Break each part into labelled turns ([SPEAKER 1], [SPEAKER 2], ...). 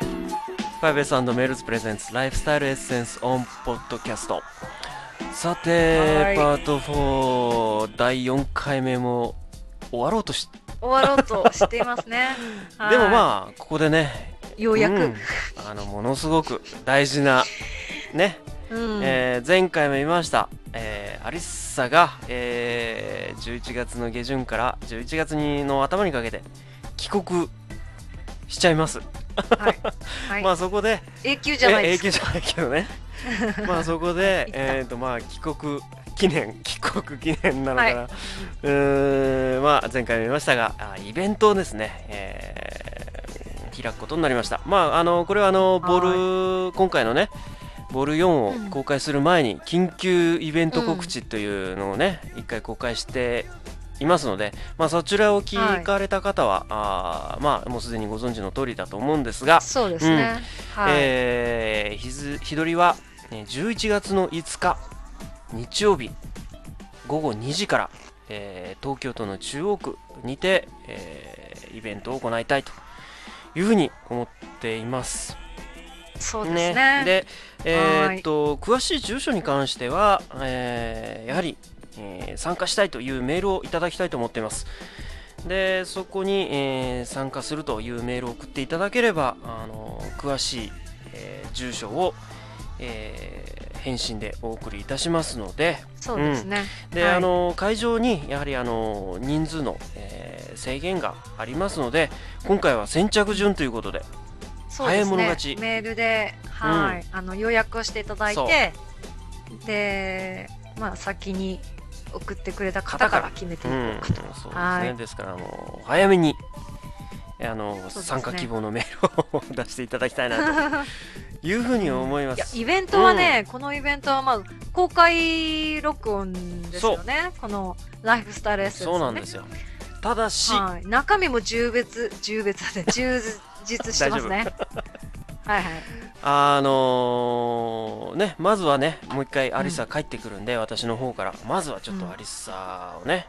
[SPEAKER 1] ファイブエスメールズプレゼンツライフスタイルエッセンスオンポッドキャストさ
[SPEAKER 2] は
[SPEAKER 1] て
[SPEAKER 2] い
[SPEAKER 1] パート4第4回目も終わろうとし。
[SPEAKER 2] 終わろうとしていますね
[SPEAKER 1] でも
[SPEAKER 2] あ
[SPEAKER 1] まあここでね
[SPEAKER 2] ようや
[SPEAKER 1] うん
[SPEAKER 2] く、
[SPEAKER 1] あのものすごく大事なね、
[SPEAKER 2] うん
[SPEAKER 1] えー前回も言いました、えーアリッサが、えー11月の下旬から11月にの頭にかけて帰国しちゃいます、
[SPEAKER 2] はいはい
[SPEAKER 1] まあそこで
[SPEAKER 2] 永久じゃない
[SPEAKER 1] え
[SPEAKER 2] で
[SPEAKER 1] 永
[SPEAKER 2] す。
[SPEAKER 1] 久じゃないけど ねまあそこでえっ、とまあ帰国記念 帰国記念なのかな、
[SPEAKER 2] は
[SPEAKER 1] うーんまあ前回も言いましたがあイベントをですね、えー開くことになりましたまああのこれはあのボール今回のねボール4を公開する前に緊急イベント告知というのをね一、回公開していますので、まあ、そちらを聞かれた方は、あーまあもうすでにご存知の通りだと思うんですが、
[SPEAKER 2] そうですね。はい。
[SPEAKER 1] えー日ず日取りはね11月の5日日曜日午後2時から、えー東京都の中央区にて、えーイベントを行いたいというふうに思っています。
[SPEAKER 2] そうですね。
[SPEAKER 1] で、えーっと詳しい住所に関しては、えーやはり、えー参加したいというメールをいただきたいと思っています。でそこに、えー参加するというメールを送っていただければ、あの詳しい、えー住所を、えー返信でお送りいたしますので
[SPEAKER 2] そうですね。
[SPEAKER 1] で、
[SPEAKER 2] はい
[SPEAKER 1] あの会場にやはりあの人数の、えー制限がありますので今回は先着順ということで
[SPEAKER 2] そう
[SPEAKER 1] 早
[SPEAKER 2] ですね
[SPEAKER 1] い者勝ち
[SPEAKER 2] メールで、はい、あの予約をしていただい
[SPEAKER 1] そ
[SPEAKER 2] て、で、まあ先に送ってくれた方から決めていこうかと。
[SPEAKER 1] うん、そうですね、
[SPEAKER 2] はい
[SPEAKER 1] ですからもう早めにあの、
[SPEAKER 2] すね
[SPEAKER 1] 参加希望のメールを 出していただきたいな というふうに思いま
[SPEAKER 2] いや
[SPEAKER 1] す、
[SPEAKER 2] イベントはね、このイベントはまあ公開録音ですよね。このライフスタイルエッセンス
[SPEAKER 1] そうなんですよただし、
[SPEAKER 2] はい、中身も充別充別 で充実してますね。はいはい。
[SPEAKER 1] あのーねまずはねもう一回アリサ帰ってくるんで、私の方からまずはちょっとアリサをね、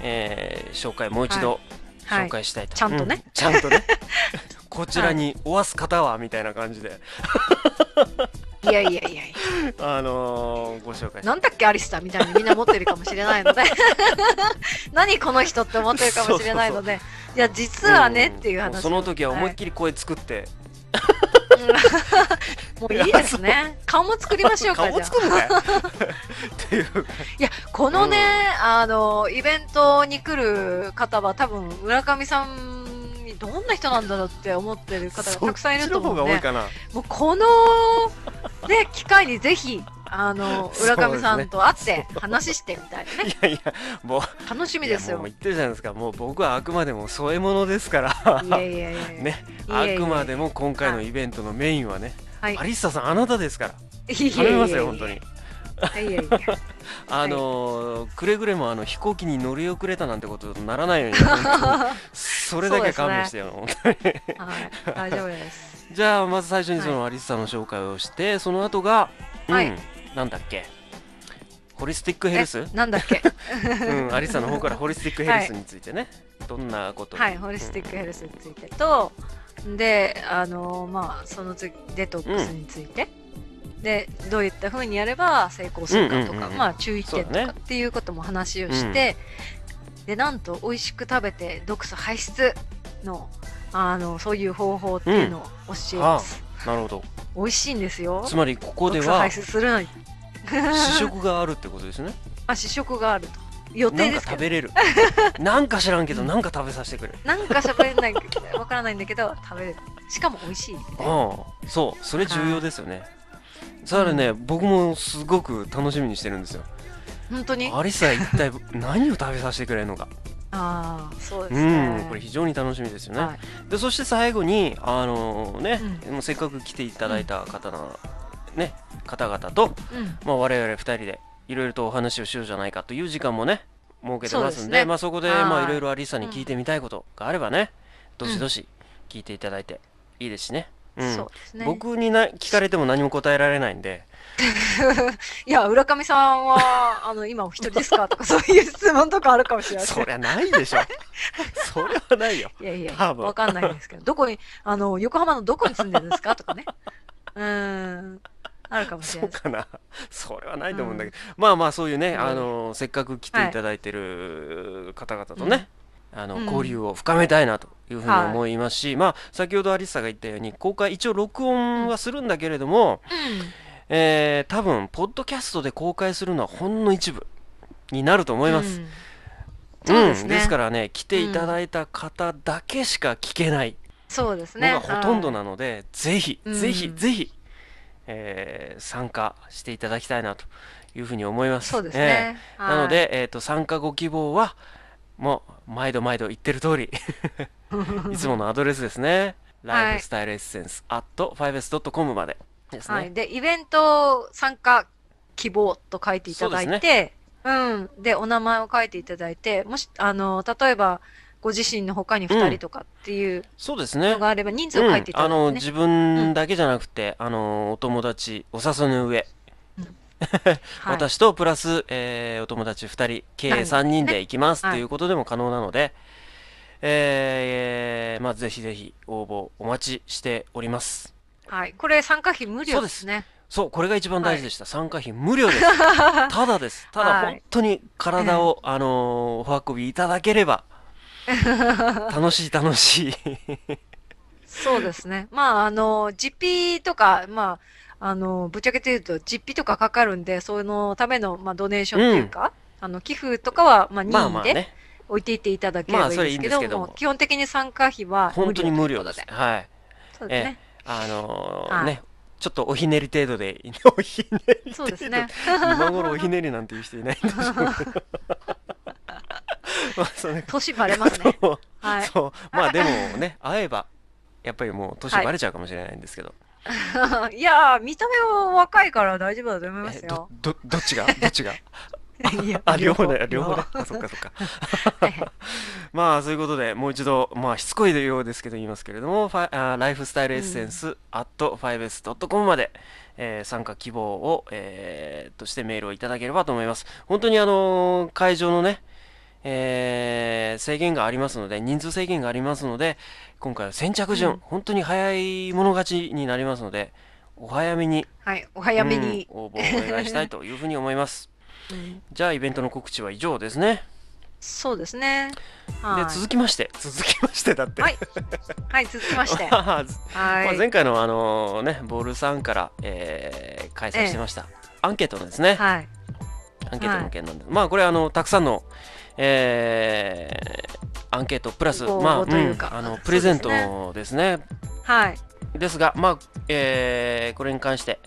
[SPEAKER 1] えー紹介もう一度
[SPEAKER 2] はい
[SPEAKER 1] 紹介したいと、
[SPEAKER 2] ちゃんとね
[SPEAKER 1] うんちゃん とねこちらにおわす方はみたいな感じで、
[SPEAKER 2] いやいやいやいや。
[SPEAKER 1] あのーご紹介し
[SPEAKER 2] なんだっけアリスターみたいにみんな持ってるかもしれな いので何この人って思ってるかもしれないのでいや実はねっていう話を、
[SPEAKER 1] んその時は思いっきり声作って、
[SPEAKER 2] うんもういいですね顔も作りましょうか
[SPEAKER 1] 顔
[SPEAKER 2] じゃあ
[SPEAKER 1] 作るか よっていう
[SPEAKER 2] いやこのね、あのイベントに来る方は多分村上さんにどんな人なんだろうって思ってる方がたくさんいると思う
[SPEAKER 1] そっちの方が多
[SPEAKER 2] ので
[SPEAKER 1] いかな
[SPEAKER 2] もうこの、ね、機会にぜひあの
[SPEAKER 1] そうですね
[SPEAKER 2] 村上さんと会って話してみたい なね
[SPEAKER 1] いやいやもう
[SPEAKER 2] 楽しみ
[SPEAKER 1] いや
[SPEAKER 2] ですよ
[SPEAKER 1] もう言ってるじゃないですかもう僕はあくまでも添え物ですから
[SPEAKER 2] いやいやいやいや。
[SPEAKER 1] ね
[SPEAKER 2] いやいやいや
[SPEAKER 1] あくまでも今回のイベントのメインはね、
[SPEAKER 2] はい。
[SPEAKER 1] アリッサさんあなたですから
[SPEAKER 2] いやい
[SPEAKER 1] 頼
[SPEAKER 2] やいや
[SPEAKER 1] み
[SPEAKER 2] いや
[SPEAKER 1] ますよ本当に。
[SPEAKER 2] いやいやいや
[SPEAKER 1] あのーくれぐれもあの飛行機に乗り遅れたなんてことにならないように本 当にそれだけは勘弁してよ、本当に
[SPEAKER 2] はい。大丈夫 です。
[SPEAKER 1] じゃあまず最初にそのアリッサの紹介をして、その後が、うん
[SPEAKER 2] はい
[SPEAKER 1] なんだっけホリスティックヘルス
[SPEAKER 2] えなんだっけ。
[SPEAKER 1] うん、アリサの 方からホリスティックヘルスについてね、どんなことを
[SPEAKER 2] はい。ホリスティックヘルスについてと、で、あのまあその次デトックスについて。でどういった風にやれば成功するかと
[SPEAKER 1] うんうん
[SPEAKER 2] か、
[SPEAKER 1] うんうん
[SPEAKER 2] まあ注意点と
[SPEAKER 1] そうだ
[SPEAKER 2] か
[SPEAKER 1] ね
[SPEAKER 2] っていうことも話をして、でなんと美味しく食べて毒素排出のあのそういう方法っていうのを教えます。
[SPEAKER 1] なるほど
[SPEAKER 2] 美味しいんですよ。
[SPEAKER 1] つまりここで
[SPEAKER 2] 毒素
[SPEAKER 1] は
[SPEAKER 2] 排出するのに。
[SPEAKER 1] 試 食があるってことですね
[SPEAKER 2] あ試食があると予
[SPEAKER 1] な
[SPEAKER 2] 定
[SPEAKER 1] ん
[SPEAKER 2] で
[SPEAKER 1] か
[SPEAKER 2] すけ
[SPEAKER 1] 食
[SPEAKER 2] ど
[SPEAKER 1] べ れるなんか知らんけどなんか食べさせてくれる
[SPEAKER 2] なんか喋れないわからないんだけど食べれるしかも美味しいみたいな
[SPEAKER 1] うんそうそれ重要ですよねさらにね、僕もすごく楽しみにしてるんですよ
[SPEAKER 2] 本当にあ
[SPEAKER 1] アリサ一体何を食べさせてくれるのか、
[SPEAKER 2] あーそうです
[SPEAKER 1] うん
[SPEAKER 2] ね
[SPEAKER 1] これ非常に楽しみですよね、
[SPEAKER 2] はい
[SPEAKER 1] でそして最後にあのね、もうせっかく来ていただいた方の、ね方々と
[SPEAKER 2] うん
[SPEAKER 1] まあ、我々2人でいろいろとお話をしようじゃないかという時間もね設けてます
[SPEAKER 2] そうんです
[SPEAKER 1] で
[SPEAKER 2] ね
[SPEAKER 1] まあ、そこで
[SPEAKER 2] はい
[SPEAKER 1] まあいろいろアリサに聞いてみたいことがあればね、どしどし聞いていただいていいですしね,、うん
[SPEAKER 2] そうですね
[SPEAKER 1] 僕にな聞かれても何も答えられないんで
[SPEAKER 2] いや、浦上さんは、 あの、今お一人ですかとか、 そういう質問とかあるかもしれない。
[SPEAKER 1] そりゃないでし ょ。そりゃないよ。
[SPEAKER 2] いやいや、
[SPEAKER 1] 多分
[SPEAKER 2] わかんないですけど、どこに、あの、横浜のどこに住んでるんですかとかね。うーん、あるかもしれ
[SPEAKER 1] そ
[SPEAKER 2] な
[SPEAKER 1] う
[SPEAKER 2] いです。
[SPEAKER 1] かな。それはないと思うんだけど。まあまあ、そういうね、あの、せっかく来ていただいてる方々とね、あの、
[SPEAKER 2] うん
[SPEAKER 1] 交流を深めたいなというふうに思いますし、まあ、先ほどアリスさんが言ったように、公開一応録音はするんだけれども、えー多分、ポッドキャストで公開するのはほんの一部になると思
[SPEAKER 2] う
[SPEAKER 1] い
[SPEAKER 2] ん。
[SPEAKER 1] ます。
[SPEAKER 2] うんそうです
[SPEAKER 1] ん、
[SPEAKER 2] ね。
[SPEAKER 1] ですからね、来ていただいた方だけしか聞けない
[SPEAKER 2] そうです
[SPEAKER 1] の
[SPEAKER 2] ね。
[SPEAKER 1] がほとんどなので、ぜひ、
[SPEAKER 2] うん
[SPEAKER 1] ぜひ、ぜひ、えー参加していただきたいなというふうに思いま
[SPEAKER 2] うん
[SPEAKER 1] す。
[SPEAKER 2] そうです
[SPEAKER 1] ええ
[SPEAKER 2] ね。はい
[SPEAKER 1] なの、で、えーと、参加ご希望は、もう、毎度毎度言ってる通り、いつものアドレスですね。
[SPEAKER 2] はい
[SPEAKER 1] lifestyleessence.5s.com までですね。
[SPEAKER 2] はい。で、イベント参加希望と書いていただ
[SPEAKER 1] そう
[SPEAKER 2] い
[SPEAKER 1] で
[SPEAKER 2] て、うん。で、お名前を書いていただいて、もし、あの、例えば、ご自身の他に二人とかっていう
[SPEAKER 1] そうですね
[SPEAKER 2] の。があれば、人数を書いていただ
[SPEAKER 1] あ
[SPEAKER 2] いて、ね
[SPEAKER 1] の自分だけじゃなくて、あのお友達お誘いの上、
[SPEAKER 2] はい、
[SPEAKER 1] 私とプラス、えーお友達2人計
[SPEAKER 2] はい
[SPEAKER 1] 3人で行きます
[SPEAKER 2] は
[SPEAKER 1] っ
[SPEAKER 2] い
[SPEAKER 1] ていうことでも可能なので、えーまあ、ぜひぜひ応募お待ちしております
[SPEAKER 2] はい。これ参加費無料ですね。
[SPEAKER 1] そうこれが一番大事でした、参加費無料です ただですただ
[SPEAKER 2] はい
[SPEAKER 1] 本当に体を、あのーお運びいただけれ ば楽しい楽しい
[SPEAKER 2] そうですね。まあ、あの、実費とか、まあ、あの、ぶっちゃけて言うと、実費とかかかるんで、そのための、まあ、ドネーションっていうか、あの、寄付とかは、まあ、
[SPEAKER 1] まあま
[SPEAKER 2] 任
[SPEAKER 1] あ
[SPEAKER 2] 意で
[SPEAKER 1] ね
[SPEAKER 2] 置いていっていただければいいですけ
[SPEAKER 1] まあそれいいんです
[SPEAKER 2] ど
[SPEAKER 1] けども
[SPEAKER 2] も、基本的に参加費は無料
[SPEAKER 1] 本当に無料です
[SPEAKER 2] というこ
[SPEAKER 1] はい
[SPEAKER 2] とで。そうですね。
[SPEAKER 1] あのー
[SPEAKER 2] はい
[SPEAKER 1] ね、ちょっとおひねり程度 で、おひねり
[SPEAKER 2] そ
[SPEAKER 1] 程度
[SPEAKER 2] うですね。
[SPEAKER 1] 今頃おひねりなんていう人いないんでしょうけど。 まあ、それ
[SPEAKER 2] 年バレます ね。
[SPEAKER 1] そう
[SPEAKER 2] はい。
[SPEAKER 1] そう、まあでもね、 会えば、やっぱりもう年バレちゃうかもしれないんですけど、
[SPEAKER 2] いやー、見た目は若いから大丈夫だと思いま
[SPEAKER 1] え
[SPEAKER 2] す
[SPEAKER 1] ど
[SPEAKER 2] よ。
[SPEAKER 1] どどっちがどっちが
[SPEAKER 2] いや
[SPEAKER 1] あ、両方だよ、両
[SPEAKER 2] 両
[SPEAKER 1] 方
[SPEAKER 2] 方
[SPEAKER 1] だ。あ、そっかそっか。
[SPEAKER 2] はいはい
[SPEAKER 1] まあ、そういうことで、もう一度、まあ、しつこいようですけど言いますけれども、ファあライフスタイルエッセンス、at 5s.com まで、えー参加希望を、えーとしてメールをいただければと思います。本当にあのー会場のね、えー制限がありますので、人数制限がありますので、今回は先着順、
[SPEAKER 2] うん
[SPEAKER 1] 本当に早い者勝ちになりますので、お早めに、
[SPEAKER 2] はい。お早めに。
[SPEAKER 1] うん応募をお願い したいというふうに思います。
[SPEAKER 2] うん
[SPEAKER 1] じゃあ、イベントの告知は以上ですね。
[SPEAKER 2] そうですね。は
[SPEAKER 1] で
[SPEAKER 2] い。
[SPEAKER 1] 続きまして、続きましてだって。
[SPEAKER 2] はい。はい、続き まして。は
[SPEAKER 1] まあまあ
[SPEAKER 2] い。
[SPEAKER 1] 前回のあのねボールさんから、えー開催してました、アンケートのですね、
[SPEAKER 2] はい。
[SPEAKER 1] アンケートの件なんです、まあこれあのたくさんの、えーアンケートプラス
[SPEAKER 2] ご応募
[SPEAKER 1] まあ,、
[SPEAKER 2] というか
[SPEAKER 1] あの
[SPEAKER 2] そうですね
[SPEAKER 1] プレゼントですね
[SPEAKER 2] はい。
[SPEAKER 1] ですがまあ、えーこれに関して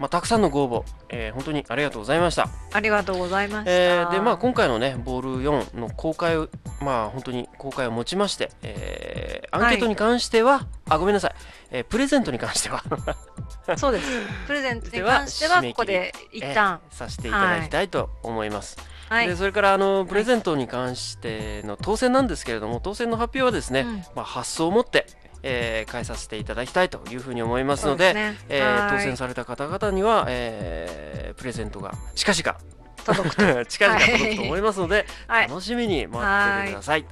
[SPEAKER 1] まあ、たくさんのご応募、えー本当にありがとうございました。
[SPEAKER 2] ありがとうございました。
[SPEAKER 1] えーで、まあ、今回のね、ボール4の公開を、まあ、本当に公開をもちまして、えーアンケートに関しては、あ、ごめんなさい、えープレゼントに関しては、
[SPEAKER 2] そうです。プレゼントに関しては、
[SPEAKER 1] では
[SPEAKER 2] ここで一
[SPEAKER 1] え
[SPEAKER 2] 旦。
[SPEAKER 1] ーさせていただきたいと思います、
[SPEAKER 2] はい
[SPEAKER 1] で。それからあのプレゼントに関しての当選なんですけれども当選の発表はですね、
[SPEAKER 2] うん
[SPEAKER 1] まあ、発送をもって、えー、返させていただきたいというふうに思います
[SPEAKER 2] そ
[SPEAKER 1] の
[SPEAKER 2] う
[SPEAKER 1] で
[SPEAKER 2] で
[SPEAKER 1] す
[SPEAKER 2] ね
[SPEAKER 1] えー
[SPEAKER 2] は
[SPEAKER 1] 当
[SPEAKER 2] い
[SPEAKER 1] 選された方々には、えープレゼントが近々
[SPEAKER 2] 届くと。
[SPEAKER 1] 近々届くと思いますので、
[SPEAKER 2] はい。
[SPEAKER 1] 楽しみに待っててください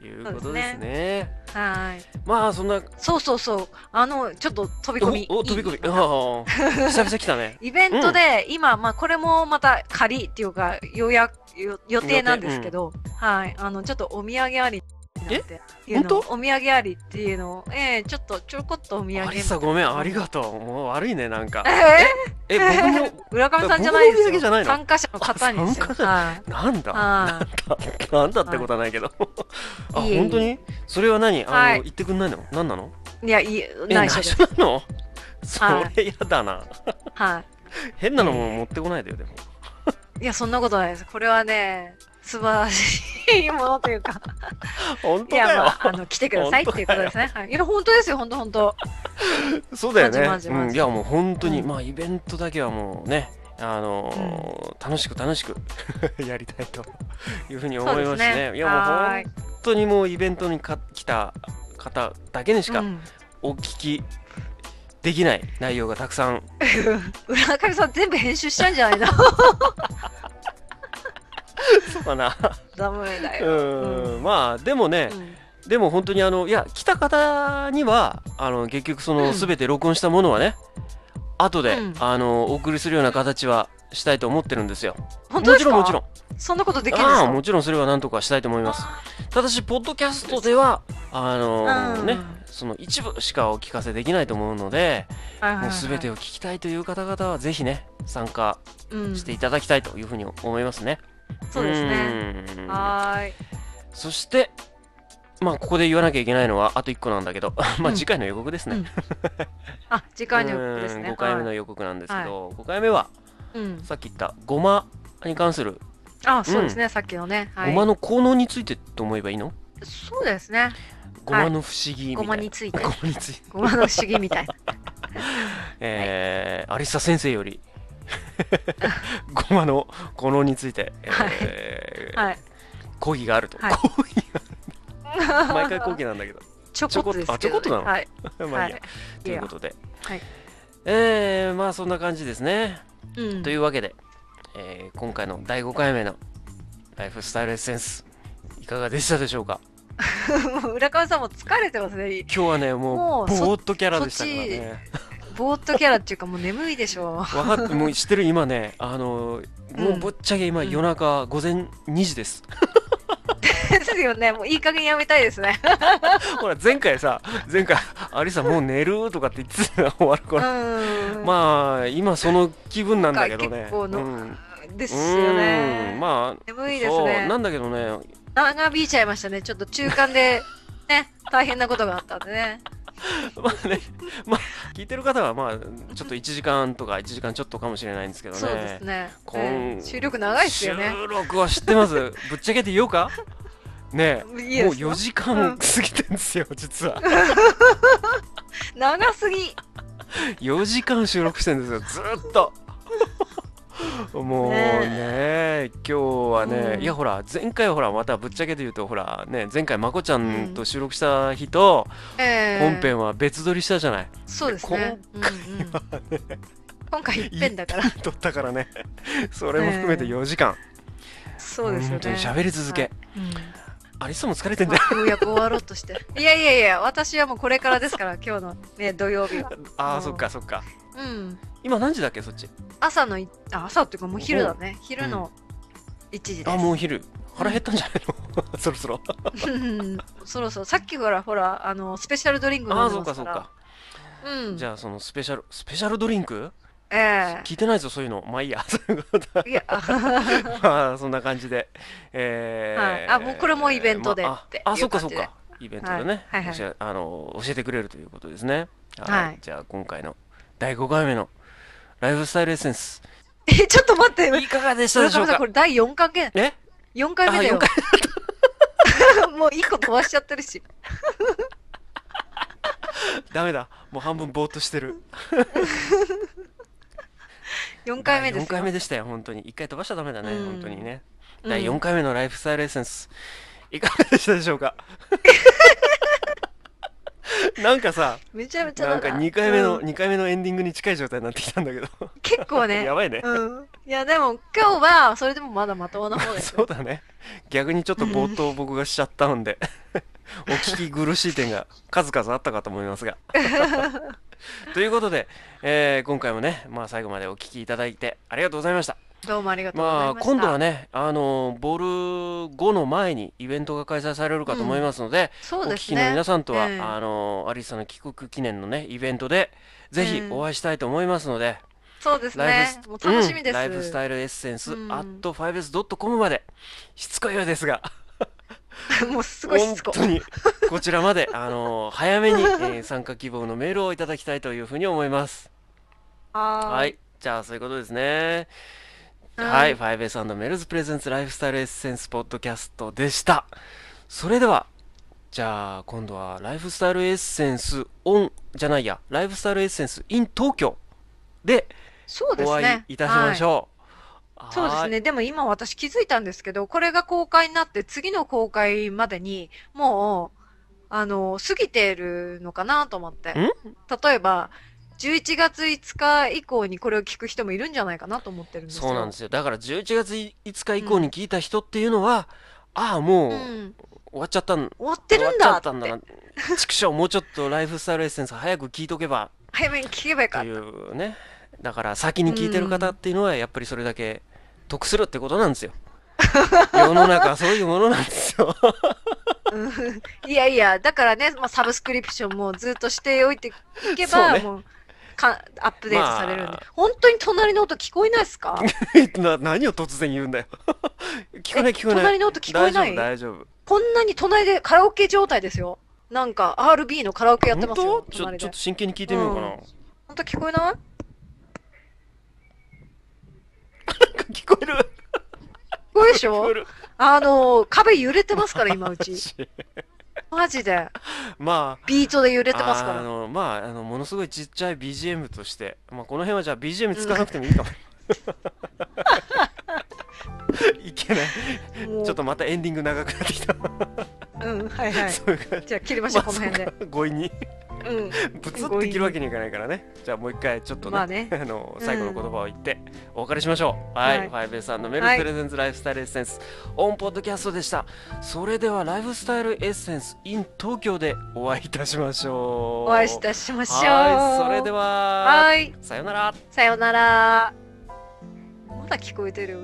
[SPEAKER 1] ということです
[SPEAKER 2] そうです
[SPEAKER 1] ね
[SPEAKER 2] はい。
[SPEAKER 1] まあそんな
[SPEAKER 2] そうそうそう。あの、ちょっと飛び込み。
[SPEAKER 1] おお飛び込み
[SPEAKER 2] いい
[SPEAKER 1] あー久々来た ね
[SPEAKER 2] イベントで、今、まあ、これもまた仮っていうか、予約、よ予定なんですけど、はい。あの、ちょっとお土産ありなんていうの
[SPEAKER 1] 本
[SPEAKER 2] を。お土産ありっていうのを、ええちょっと、ちょこっとお土産。
[SPEAKER 1] ありさごめんありがとうもう悪いね なんか
[SPEAKER 2] え
[SPEAKER 1] え僕も
[SPEAKER 2] ー、 浦上さんじゃないです
[SPEAKER 1] 僕のお土産
[SPEAKER 2] よ。
[SPEAKER 1] じゃないの
[SPEAKER 2] 参加者の方にですよ。
[SPEAKER 1] あ参加者
[SPEAKER 2] はい。
[SPEAKER 1] なんだ
[SPEAKER 2] は い。
[SPEAKER 1] なんだってことはないけど。 あ、
[SPEAKER 2] いえいえ
[SPEAKER 1] 本当にそれは何あの、
[SPEAKER 2] はい
[SPEAKER 1] 言ってくんないの何なの
[SPEAKER 2] いや、いい、
[SPEAKER 1] え
[SPEAKER 2] 内緒 です。
[SPEAKER 1] 内緒なのそ
[SPEAKER 2] は
[SPEAKER 1] れやだな。
[SPEAKER 2] は
[SPEAKER 1] 変なのも持ってこないでよ、でも。
[SPEAKER 2] い。いや、そんなことないです。これはね、素晴らしいものというか、
[SPEAKER 1] 本
[SPEAKER 2] い
[SPEAKER 1] 当
[SPEAKER 2] や、
[SPEAKER 1] だよ。
[SPEAKER 2] まあ、あの、来てくださいっていうことですね。はい。いや、本当ですよ、本当本当
[SPEAKER 1] そうだよね。
[SPEAKER 2] マジマジマジ
[SPEAKER 1] うん、いや、もう本当に、
[SPEAKER 2] うん
[SPEAKER 1] まあ、イベントだけはもうね、あのー楽しく楽しくやりたいというふうに思
[SPEAKER 2] そ
[SPEAKER 1] い
[SPEAKER 2] うです
[SPEAKER 1] ますね。
[SPEAKER 2] ね。
[SPEAKER 1] いや、もう
[SPEAKER 2] はーい
[SPEAKER 1] 本当に もうイベントにか来た方だけにしか
[SPEAKER 2] うん
[SPEAKER 1] お聞きできない内容がたくさん。
[SPEAKER 2] 村上さん全部編集しちゃうんじゃな いの
[SPEAKER 1] そうかな。
[SPEAKER 2] ダメだ
[SPEAKER 1] う
[SPEAKER 2] よ。
[SPEAKER 1] ん、まあ、でもね、
[SPEAKER 2] うん
[SPEAKER 1] でも本当にあの、いや、来た方には、あの、結局そうの、
[SPEAKER 2] ん
[SPEAKER 1] すべて録音したものはね、後で、
[SPEAKER 2] うん
[SPEAKER 1] あの、お送りするような形はしたいと思ってるんですよ。
[SPEAKER 2] 本当ですか
[SPEAKER 1] もちろん、も
[SPEAKER 2] そんなことで
[SPEAKER 1] ち
[SPEAKER 2] き
[SPEAKER 1] ろん。
[SPEAKER 2] るんです
[SPEAKER 1] ああ、
[SPEAKER 2] か
[SPEAKER 1] もちろんそれはなんとかしたいと思います。ただし、ポッドキャストでは、あの
[SPEAKER 2] うん
[SPEAKER 1] ね、その一部しかお聞かせできないと思うので、
[SPEAKER 2] はいはいは
[SPEAKER 1] も
[SPEAKER 2] いう
[SPEAKER 1] すべてを聞きたいという方々は、ぜひね、参加
[SPEAKER 2] うん
[SPEAKER 1] していただきたいというふうに思いますね。
[SPEAKER 2] そうですね。
[SPEAKER 1] うん
[SPEAKER 2] はーい。
[SPEAKER 1] そして、まあ、ここで言わなきゃいけないのは、あと1個なんだけど、 ま
[SPEAKER 2] う
[SPEAKER 1] あ、
[SPEAKER 2] ん
[SPEAKER 1] 次回の予告ですね。
[SPEAKER 2] うんあ、次回の予告です
[SPEAKER 1] う
[SPEAKER 2] ね。
[SPEAKER 1] ん5回目の
[SPEAKER 2] はい
[SPEAKER 1] 予告なんですけど、5回目は、
[SPEAKER 2] うん。
[SPEAKER 1] さっき言った、ごまに関する、
[SPEAKER 2] あ、そうですね。さっきのね。は
[SPEAKER 1] ごま
[SPEAKER 2] い。
[SPEAKER 1] の効能についてと思えばいいの
[SPEAKER 2] そうですね。
[SPEAKER 1] ごまの不思議みた
[SPEAKER 2] ご
[SPEAKER 1] いな。
[SPEAKER 2] まについて
[SPEAKER 1] ご。まについ て。
[SPEAKER 2] ごまの不思議みたいな。
[SPEAKER 1] えーアリサ先生よ り、ごまの効能について、えー
[SPEAKER 2] はい。
[SPEAKER 1] 講義があると。
[SPEAKER 2] はい
[SPEAKER 1] 講義があ る毎回講義なんだけど。
[SPEAKER 2] ちょこっとですけどね。
[SPEAKER 1] あちょこっとなの
[SPEAKER 2] はい。
[SPEAKER 1] まあいいや、
[SPEAKER 2] はい
[SPEAKER 1] ということで、
[SPEAKER 2] はい
[SPEAKER 1] えーまあそんな感じですね、
[SPEAKER 2] うん
[SPEAKER 1] というわけで、えー今回の第5回目の「ライフスタイルエッセンス」いかがでしたでしょうか
[SPEAKER 2] もう浦川さんも疲れてますね。
[SPEAKER 1] 今日はねも
[SPEAKER 2] も
[SPEAKER 1] う
[SPEAKER 2] う
[SPEAKER 1] ぼーっとキャラでしたからね
[SPEAKER 2] ぼーっとキャラっていうかもう眠いでしょ
[SPEAKER 1] 分かって もう知ってる今ねあのもううんぼっちゃけ今、
[SPEAKER 2] うん
[SPEAKER 1] 夜中午前2時です
[SPEAKER 2] う。ですよね。もういい加減やめたいですね。
[SPEAKER 1] ほら前回さ前回「アリサもう寝る」とかって言ってたの終わる
[SPEAKER 2] う
[SPEAKER 1] から
[SPEAKER 2] ん。
[SPEAKER 1] まあ今その気分なんだけどね
[SPEAKER 2] 今回結構の
[SPEAKER 1] うん
[SPEAKER 2] ですよ
[SPEAKER 1] う
[SPEAKER 2] ね
[SPEAKER 1] ん。まあ
[SPEAKER 2] 眠いです
[SPEAKER 1] そう
[SPEAKER 2] ね
[SPEAKER 1] な。んだけどね
[SPEAKER 2] 長引いちゃいましたね。ちょっと中間で、ね、大変なことがあったんでね。
[SPEAKER 1] まあね、まあ、聞いてる方は、まあ、ちょっと1時間とか1時間ちょっとかもしれないんですけどね。
[SPEAKER 2] そうですね。
[SPEAKER 1] こん
[SPEAKER 2] ね収録長いですよね。
[SPEAKER 1] 収録は知ってます。 ぶっちゃけて言おうかね
[SPEAKER 2] いい
[SPEAKER 1] え
[SPEAKER 2] です
[SPEAKER 1] もう
[SPEAKER 2] よ
[SPEAKER 1] 4時間過ぎてんですよ、実は。
[SPEAKER 2] 長すぎ。
[SPEAKER 1] 4時間収録してんですよ、ずーっ と。もうね今日はね、
[SPEAKER 2] うん
[SPEAKER 1] いやほら前回はほらまたぶっちゃけて言うとほらね前回まこちゃんと収録した日と
[SPEAKER 2] えー
[SPEAKER 1] 本編は別撮りしたじゃない、
[SPEAKER 2] そうですね。うんうん今回一遍だから。
[SPEAKER 1] 撮ったからねそれも含めて4時間、
[SPEAKER 2] そうですよ
[SPEAKER 1] 本当に
[SPEAKER 2] ね。
[SPEAKER 1] 喋り続け、
[SPEAKER 2] はいうん
[SPEAKER 1] アリスも疲れてん
[SPEAKER 2] ま
[SPEAKER 1] じゃ
[SPEAKER 2] あようやく終わろうとして。いやいやいや、私はもうこれからですから、今日のね、土曜日は。
[SPEAKER 1] んあ
[SPEAKER 2] う
[SPEAKER 1] あ
[SPEAKER 2] ん
[SPEAKER 1] そっかそっか
[SPEAKER 2] うん。
[SPEAKER 1] 今何時だっけそっち
[SPEAKER 2] 朝のい、あ朝っていうかもう昼だね。昼の1時です。
[SPEAKER 1] あもうお昼腹減ったんじゃないの そろそろ
[SPEAKER 2] うん そろそろ、さっきからほら、あの、スペシャルドリンク飲んで
[SPEAKER 1] ああ
[SPEAKER 2] ま
[SPEAKER 1] そ
[SPEAKER 2] す
[SPEAKER 1] っ
[SPEAKER 2] か。
[SPEAKER 1] からそっか
[SPEAKER 2] うん。
[SPEAKER 1] じゃあそのスペシャルスペシャルドリンク
[SPEAKER 2] え
[SPEAKER 1] 聞いてないぞそういうのまあ いいや そういうこと
[SPEAKER 2] えいや、
[SPEAKER 1] まあそんな感じでえー
[SPEAKER 2] はいあもうこれもイベントで
[SPEAKER 1] まあ
[SPEAKER 2] って
[SPEAKER 1] ああ
[SPEAKER 2] いう
[SPEAKER 1] そっかそ
[SPEAKER 2] 感
[SPEAKER 1] っ
[SPEAKER 2] じで
[SPEAKER 1] かイベントでね
[SPEAKER 2] はいはいはい
[SPEAKER 1] 教えあの教えてくれるということですね
[SPEAKER 2] は
[SPEAKER 1] はいいじゃあ今回の第5回目のライフスタイルエッセンス
[SPEAKER 2] え、ちょっと待って。
[SPEAKER 1] いかがでした
[SPEAKER 2] 村
[SPEAKER 1] でしょ
[SPEAKER 2] 上
[SPEAKER 1] う
[SPEAKER 2] さん、
[SPEAKER 1] か
[SPEAKER 2] これ第4回目。
[SPEAKER 1] え
[SPEAKER 2] 4回目だよ
[SPEAKER 1] あ。
[SPEAKER 2] もう1個飛ばしちゃってるし。
[SPEAKER 1] ダメだもう半分ぼーっとしてる
[SPEAKER 2] 4回目です
[SPEAKER 1] 4
[SPEAKER 2] よ。
[SPEAKER 1] 回目でしたよ本当に1回飛ばしちゃダメだね、
[SPEAKER 2] うん
[SPEAKER 1] 本当にね
[SPEAKER 2] うん
[SPEAKER 1] 第4回目のライフスタイルエッセンスいかがでしたでしょう かなんかさ
[SPEAKER 2] めちゃめちゃ
[SPEAKER 1] なんか2回目の、
[SPEAKER 2] うん
[SPEAKER 1] 二回目のエンディングに近い状態になってきたんだけど
[SPEAKER 2] 結構ね
[SPEAKER 1] や。ばいね、
[SPEAKER 2] うん。いや、でも今日は、それでもまだまともな方です
[SPEAKER 1] そ
[SPEAKER 2] よ
[SPEAKER 1] う。だね逆にちょっと冒頭僕がしちゃったんでお聞き苦しい点が数々あったかと思います がということで、えー今回もね、まあ、最後までお聞きいただいてありがとうございました
[SPEAKER 2] どうもありがとうござい
[SPEAKER 1] まあ
[SPEAKER 2] ました。
[SPEAKER 1] 今度はね、あのボール5の前にイベントが開催されるかと思いますので、
[SPEAKER 2] そ
[SPEAKER 1] お
[SPEAKER 2] う
[SPEAKER 1] 聞
[SPEAKER 2] です
[SPEAKER 1] きの
[SPEAKER 2] ね
[SPEAKER 1] 皆。さんとは、
[SPEAKER 2] ええ
[SPEAKER 1] あのアリスさんの帰国記念のねイベントでぜひ
[SPEAKER 2] うん
[SPEAKER 1] お会いしたいと思いますので、
[SPEAKER 2] そうです
[SPEAKER 1] ライ
[SPEAKER 2] ね
[SPEAKER 1] フ。ス
[SPEAKER 2] もう楽しみで
[SPEAKER 1] うん
[SPEAKER 2] す。
[SPEAKER 1] ライフスタイルエッセンス、
[SPEAKER 2] うん
[SPEAKER 1] アット 5s.com までしつこいようですが
[SPEAKER 2] もうすごいしつこ
[SPEAKER 1] 本。当にこちらまで、あの早めに、えー参加希望のメールをいただきたいというふうに思います。
[SPEAKER 2] は
[SPEAKER 1] は
[SPEAKER 2] ーい。
[SPEAKER 1] いじゃあそういうことですね。は
[SPEAKER 2] はい
[SPEAKER 1] い、ファイブエスメルズプレゼンツライフスタイルエッセンスポッドキャストでした。それでは、じゃあ今度はライフスタイルエッセンスオンじゃないや、ライフスタイルエッセンス in 東京で
[SPEAKER 2] そうです
[SPEAKER 1] お会
[SPEAKER 2] ね。
[SPEAKER 1] いいたしましょう。は
[SPEAKER 2] はい
[SPEAKER 1] い
[SPEAKER 2] そうです。ね。でも今私気づいたんですけど、これが公開になって、次の公開までに、もう、あの、過ぎているのかなと思って。
[SPEAKER 1] ん
[SPEAKER 2] 例えば、 11月5日以降にこれを聞く人もいるんじゃないかなと思ってるんですよ
[SPEAKER 1] そうなんですよだから11月5日以降に聞いた人っていうのは、ああもう
[SPEAKER 2] うん、
[SPEAKER 1] 終わっちゃったん
[SPEAKER 2] 終わってるん
[SPEAKER 1] 終わ
[SPEAKER 2] だ
[SPEAKER 1] っちゃったんだな畜生もうちょっとライフスタイルエッセンス早く聞いとけば
[SPEAKER 2] 早めに聞けばよか
[SPEAKER 1] と
[SPEAKER 2] っ
[SPEAKER 1] い
[SPEAKER 2] た。
[SPEAKER 1] うねだから先に聞いてる方っていうのはやっぱりそれだけ得するってことなんですよ 世の中はそういうものなんですよ
[SPEAKER 2] いやいや、だからね、まあ、サブスクリプションもずっとしておいていけ
[SPEAKER 1] そう
[SPEAKER 2] ば、
[SPEAKER 1] ね
[SPEAKER 2] もうかアップデートされるんで、
[SPEAKER 1] まあ
[SPEAKER 2] 本当に隣の音聞こえないですか
[SPEAKER 1] な何を突然言うんだよ 聞こえない聞こえない
[SPEAKER 2] 隣の音聞こえな
[SPEAKER 1] 大丈
[SPEAKER 2] い
[SPEAKER 1] 夫大丈夫
[SPEAKER 2] こんなに隣でカラオケ状態ですよ。なんか RB のカラオケやってますよ
[SPEAKER 1] 本。当ちょ
[SPEAKER 2] 隣
[SPEAKER 1] ちょっ
[SPEAKER 2] で
[SPEAKER 1] と。真剣に聞いてみようかな、
[SPEAKER 2] うん本当聞こえない
[SPEAKER 1] 聞こえる
[SPEAKER 2] 聞こえるでし
[SPEAKER 1] 聞こえ
[SPEAKER 2] ょ
[SPEAKER 1] る
[SPEAKER 2] あのー、壁揺れてますから、今うち。 マジで。
[SPEAKER 1] まあ
[SPEAKER 2] ビートで揺れてますか
[SPEAKER 1] あ
[SPEAKER 2] ら。
[SPEAKER 1] のまああのものすごいちっちゃい BGM として、まあ、この辺はじゃあ BGM 使わなくてもいい かも、 いけない
[SPEAKER 2] もう
[SPEAKER 1] ちょっとまたエンディング長くなってきた、
[SPEAKER 2] うん、はいはい。
[SPEAKER 1] そういう感じ
[SPEAKER 2] じゃあ切りましょう、
[SPEAKER 1] まあ
[SPEAKER 2] この辺で。
[SPEAKER 1] 強引に
[SPEAKER 2] うん。
[SPEAKER 1] ぶつって切るわけにいかないからねじゃあもう一回ちょっとね,、
[SPEAKER 2] まあね
[SPEAKER 1] あの最後の言葉を言ってお別れしましょう、はい、
[SPEAKER 2] はい
[SPEAKER 1] ファイブエさんのメルプレゼンツライフスタイルエッセンス、オンポッドキャストでしたそれではライフスタイルエッセンス in 東京でお会いいたしましょう
[SPEAKER 2] お会いいたしましょう。
[SPEAKER 1] はいそれで
[SPEAKER 2] は。
[SPEAKER 1] は
[SPEAKER 2] はい。
[SPEAKER 1] さよなら
[SPEAKER 2] さようなら。まだ聞こえてる。